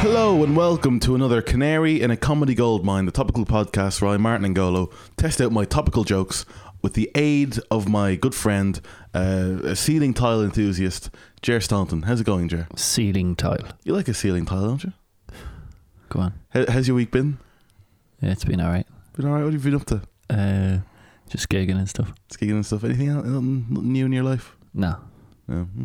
Hello and welcome to another Canary in a Comedy Goldmine, the topical podcast where I, Martin and Golo, test out my topical jokes with the aid of my good friend, uh, a ceiling tile enthusiast, Jer Staunton. How's it going, Jer? ceiling tile. You like a ceiling tile, don't you? Go on. How, how's your week been? Yeah, it's been all right. Been alright? What have you been up to? Uh, just gigging and stuff. Skiing and stuff. Anything else? Nothing nothing new in your life? No. No. Hmm.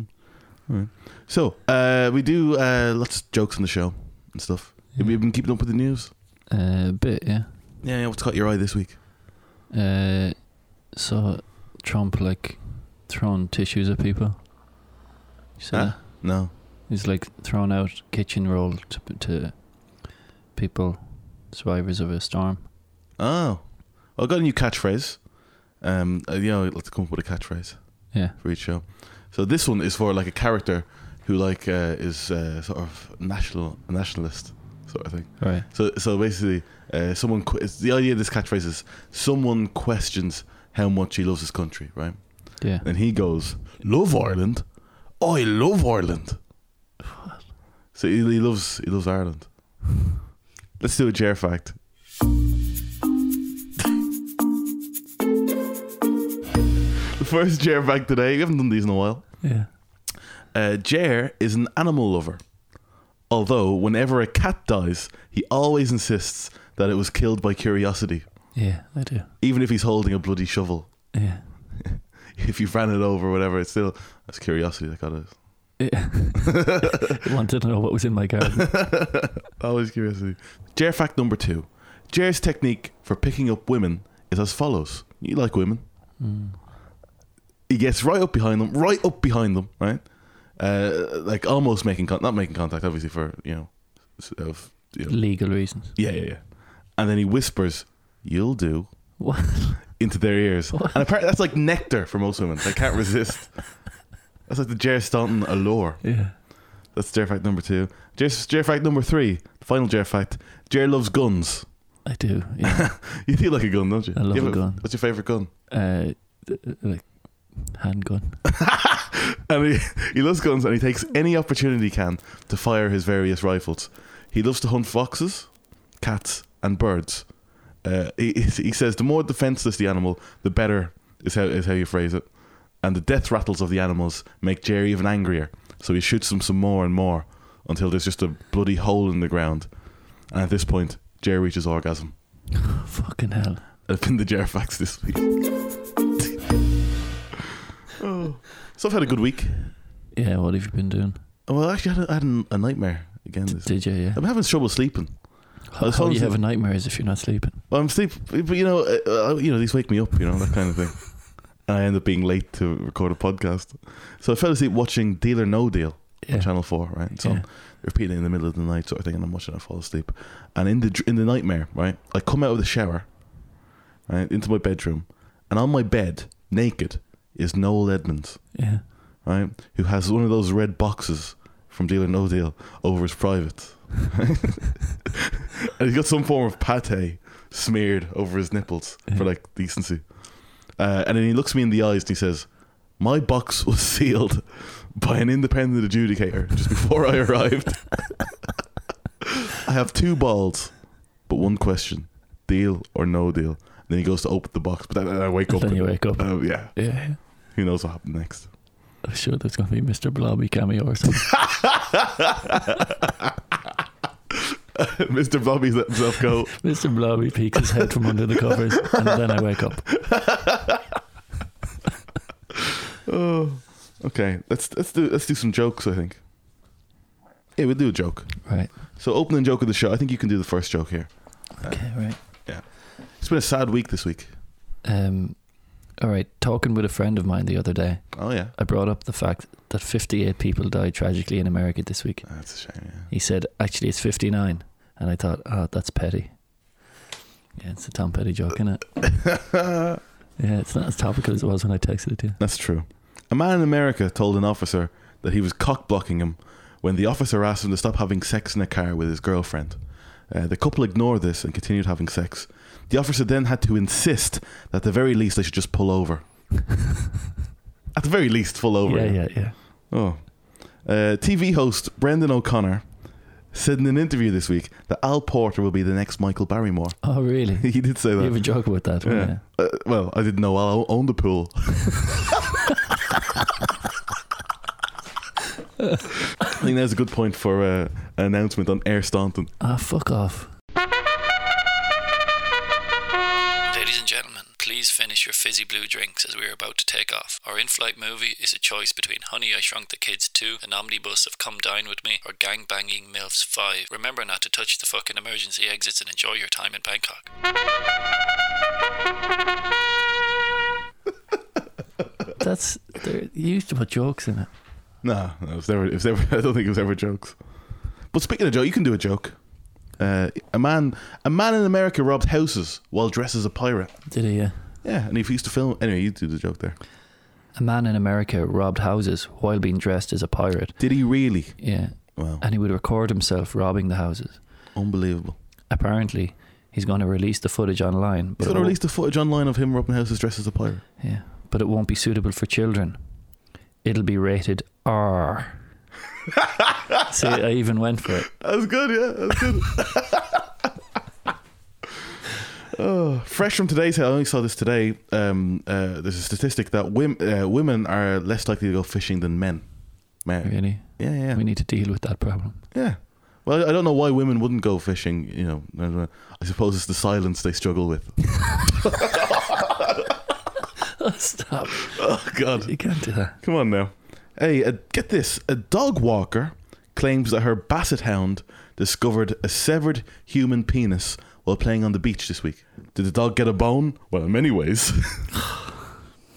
Alright. So, uh, we do uh, lots of jokes on the show and stuff. Have you been keeping up with the news? Uh, bit, yeah. Yeah, yeah, what's caught your eye this week? Uh, so Trump like throwing tissues at people. So Huh? No. he's like throwing out kitchen roll to, to people, survivors of a storm. Oh, well, I got a new catchphrase. Um, uh, you know, let's come up with a catchphrase Yeah. for each show. So this one is for like a character who like uh, is uh, sort of national nationalist sort of thing. Right. So so basically, uh, someone que- it's- the idea of this catchphrase is someone questions how much he loves his country, right? Yeah. And he goes, "Love Ireland, I love Ireland." So he, he loves he loves Ireland. Let's do a chair fact. the first chair fact today. We haven't done these in a while. Yeah. Uh, Jer is an animal lover. Although, whenever a cat dies, he always insists that it was killed by curiosity, Yeah. I do. even if he's holding a bloody shovel. Yeah. If you ran it over, whatever, it's still that's curiosity that got us. Yeah. Wanted to know what was in my garden. Always curiosity. Jer fact number two. Jer's technique for picking up women is as follows. You like women. Mm. He gets right up behind them, right up behind them, right? Uh, like almost making con- not making contact, obviously for you know, s- of you know, Legal reasons. yeah, yeah, yeah. And then he whispers, "You'll do," What? into their ears, and apparently that's like nectar for most women. They can't resist. that's like the Jer Staunton allure. Yeah. That's Jer fact number two. Jer, Jer fact number three. The final Jer fact. Jer loves guns. I do. Yeah. You do like a gun, don't you? I love Do you a have gun. What's your favorite gun? uh, th- like handgun. And he, he loves guns, and he takes any opportunity he can to fire his various rifles. He loves to hunt foxes, cats, and birds. Uh, he, he says the more defenseless the animal, the better is how is how you phrase it. And the death rattles of the animals make Jerry even angrier. So he shoots them some more and more until there's just a bloody hole in the ground. And at this point, Jerry reaches orgasm. Fucking hell. I've been the Jerifax this week. oh. So I've had a good week. Yeah, what have you been doing? Well, actually, I had a, I had an- a nightmare again. This Did you? Yeah. I'm having trouble sleeping. How, was how hoping you to- having nightmares if you're not sleeping? Well, I'm sleep, but you know, uh, uh, you know, these wake me up, you know, that kind of thing. and I end up being late to record a podcast, so I fell asleep watching Deal or No Deal on Yeah. Channel Four, right? So Yeah. I'm repeating it in the middle of the night, sort of thing, and I'm watching. it, I fall asleep, and in the dr- in the nightmare, right, I come out of the shower, right, into my bedroom, and on my bed, naked, is Noel Edmonds, Yeah. right, who has one of those red boxes from Deal or No Deal over his private, and he's got some form of pate smeared over his nipples for Mm. like decency, uh, and then he looks me in the eyes and he says. My box was sealed by an independent adjudicator just before I arrived. I have two balls, but one question: deal or no deal? And then he goes to open the box, but then I wake up. Then you wake up. Uh, yeah, Yeah. who knows what happened next? I'm sure there's going to be Mr. Blobby cameo or something. Mr. Bobby let himself go. Mr. Blobby peeks his head from under the covers and then I wake up. Oh, okay. Let's let's do let's do some jokes. I think. Yeah, we'll do a joke. Right. So opening joke of the show. I think you can do the first joke here. Okay, right. It's been a sad week this week. Um, all right. Talking with a friend of mine the other day, Oh yeah, I brought up the fact that 58 people died tragically in America this week. that's a shame. Yeah. He said, actually, it's 59. And I thought, oh, that's petty. Yeah, it's a Tom Petty joke, isn't it? yeah, it's not as topical as it was when I texted it to you. That's true. A man in America told an officer that he was cock blocking him when the officer asked him to stop having sex in a car with his girlfriend. Uh, the couple ignored this and continued having sex. The officer then had to insist that at the very least they should just pull over. at the very least, pull over. yeah, yeah, yeah. Oh. Uh, TV host Brendan O'Connor said in an interview this week that Al Porter will be the next Michael Barrymore. Oh, really? he did say You have that. a joke about that. wouldn't Yeah. Uh, well, I didn't know Al owned the pool. I think that's a good point for uh, an announcement on Air Staunton. you? Ah, fuck off. Ladies and gentlemen, please finish your fizzy blue drinks as we are about to take off. Our in flight movie is a choice between Honey I Shrunk the Kids 2, An Omnibus of Come Dine With Me, or Gang Banging MILFs 5. Remember not to touch the fucking emergency exits and enjoy your time in Bangkok. That's there- you used to put jokes in it. No, no, it was never. It was never. I don't think it was ever jokes. But speaking of joke, you can do a joke. Uh, a man, a man in America robbed houses while dressed as a pirate. Did he? Uh, Yeah, and he used to film. Anyway, you do the joke there. a man in America robbed houses while being dressed as a pirate. Did he really? Yeah, Wow, and he would record himself robbing the houses. unbelievable. Apparently, he's going to release the footage online. He's it gonna won't- release the footage online of him robbing houses dressed as a pirate. Yeah, but it won't be suitable for children. It'll be rated R. See, I even went for it. That's good. Yeah, that's good. Oh, fresh from today's, I only saw this today. Um, uh, there's a statistic that wim, uh, women are less likely to go fishing than men. Men. Really, Yeah, yeah. we need to deal with that problem. Yeah. Well, I don't know why women wouldn't go fishing. You know, I don't know. I suppose it's the silence they struggle with. Stop! Oh God! You can't do that. Come on now. Hey, uh, get this: a dog walker claims that her basset hound discovered a severed human penis while playing on the beach this week. Did the dog get a bone? Well, in many ways.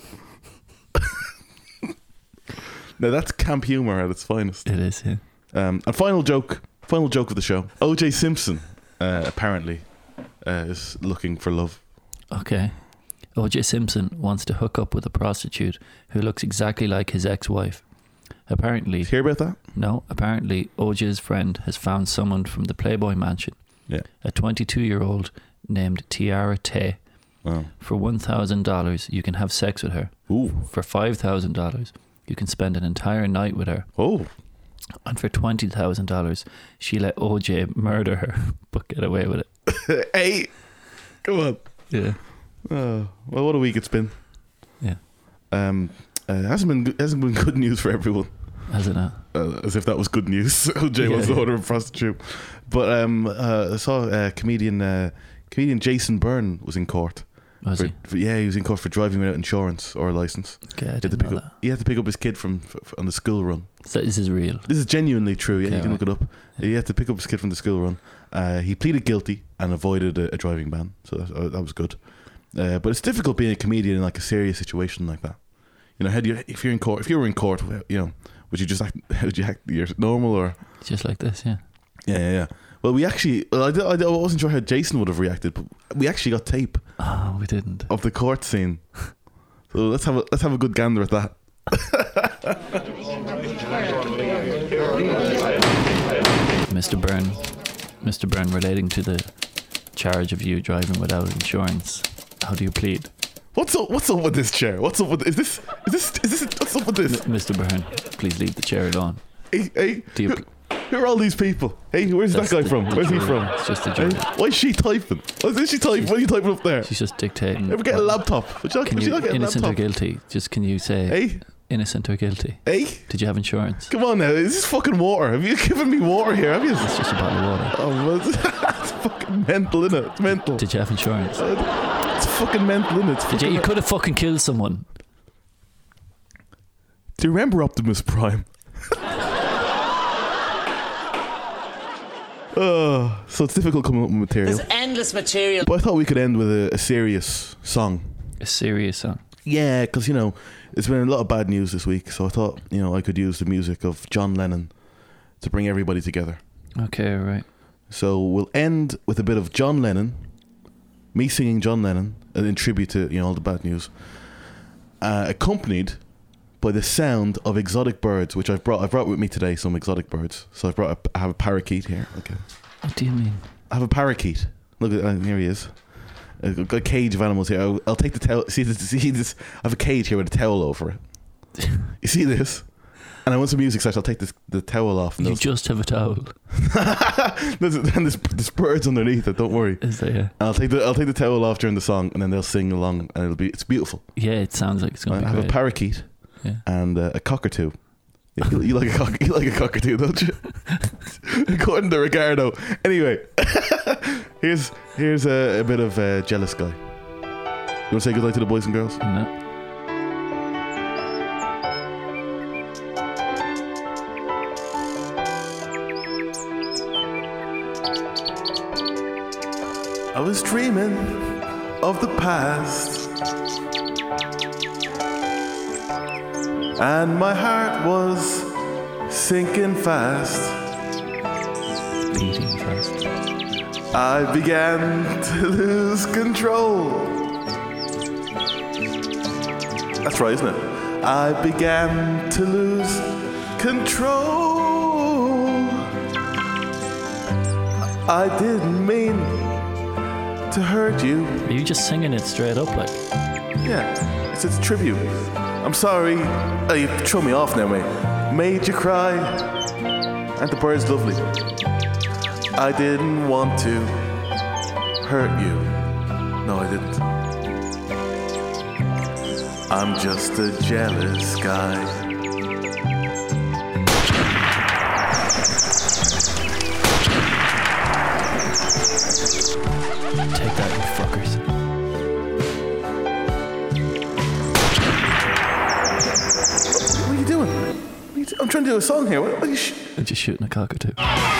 now that's camp humor at its finest. It is. Yeah. Um, and final joke, final joke of the show. O.J. Simpson uh, apparently uh, is looking for love. Okay. O.J. Simpson wants to hook up with a prostitute who looks exactly like his ex-wife. Apparently, Did you hear about that? no. Apparently, O.J.'s friend has found someone from the Playboy Mansion. Yeah. A 22-year-old named Tiara Tay. Wow. For one thousand dollars, you can have sex with her. Ooh. For five thousand dollars, you can spend an entire night with her. Oh. And for twenty thousand dollars, she let OJ murder her, but get away with it. hey. Come on. Yeah. Oh, well, what a week it's been. Yeah. Um, uh, hasn't been hasn't been good news for everyone. As it not? Uh, as if that was good news. O.J. Yeah, was the yeah. order of prostitute. But um, uh, I saw uh, comedian uh, comedian Jason Byrne was in court. Was for- he? for- yeah, he was in court for driving without insurance or a license. Okay, I He had, to didn't pick know up, he had to pick up his kid from f- f- on the school run. that. So this is real. This is genuinely true. Yeah, Okay, you can look it up. He had to pick up his kid from the school run. Uh, he pleaded guilty and avoided a, a driving ban, so that, uh, that was good. Uh, but it's difficult being a comedian in like a serious situation like that. You know, had you if you're in court, if you were in court, well, you know, would you just act? Would you act you're normal or? It's Just like this, yeah. Yeah, yeah. yeah. Well, we actually, well, I, di- I di- I wasn't sure how Jason would have reacted, but we actually got tape Oh, we didn't. of the court scene. So let's have a let's have a good gander at that. Mr. Byrne, Mr. Byrne, relating to the charge of you driving without insurance, how do you plead, What's up? What's up with this chair? What's up with is this? Is this? Is this? What's up with this? Mr. Byrne? Please leave the chair alone. Hey, hey, Do you? who, who are all these people? Hey, where's That's that guy the- from? the Where's he jury. from? It's just a Hey, joke. why is she typing? Why is she typing? What are you typing up there? She's just dictating. Ever get a laptop? Would you, Can would you you not get a innocent or laptop? guilty? Just can you say Hey, innocent or guilty? hey, Did you have insurance? come on now! Is this fucking water? Have you given me water here? Have you? It's just a bottle of water. Oh, well, it's, it's fucking mental, innit? It's mental. Did you have insurance? It's fucking mental, innit? It's Did you, fucking you could have fucking killed someone. Do you remember Optimus Prime? oh, so it's difficult coming up with material. There's endless material. But I thought we could end with a, a serious song. A serious song. Yeah, because you know it's been a lot of bad news this week, so I thought you know I could use the music of John Lennon to bring everybody together. Okay, right. So we'll end with a bit of John Lennon, me singing John Lennon, and in tribute to you know all the bad news, uh, accompanied by the sound of exotic birds, which I've brought. I brought with me today some exotic birds. So I've brought. A, I have a parakeet here. Okay, What do you mean? I have a parakeet. Look at uh, here he is. I've got a cage of animals here. I'll, I'll take the towel. See this? See this? I have a cage here with a towel over it. You see this? And I want some music, so I'll take this the towel off. And You those- just have a towel. there's, and there's, there's birds underneath it. Don't worry. Is there? I'll take the I'll take the towel off during the song, and then they'll sing along, and it'll be it's beautiful. Yeah, it sounds like it's I going to have be a great. parakeet yeah. and uh, a cockatoo. Yeah, you, you like a cock, you like a cockatoo, don't you? According to Ricardo. Anyway, here's here's a, a bit of uh, jealous guy. You want to say goodnight to the boys and girls? No. I was dreaming of the past. And my heart was sinking fast. Beating fast. I began to lose control. That's right, isn't it? I began to lose control. I didn't mean to hurt you. Are you just singing it straight up like? Yeah, it's a tribute. I'm sorry. Oh, you threw me off now, mate. Made you cry. And the bird's lovely. I didn't want to hurt you. No, I didn't. I'm just a jealous guy. Take that, you fuckers. What are you doing? What are you do- I'm trying to do a song here. What what are you sh- They're just shooting a cockatoo.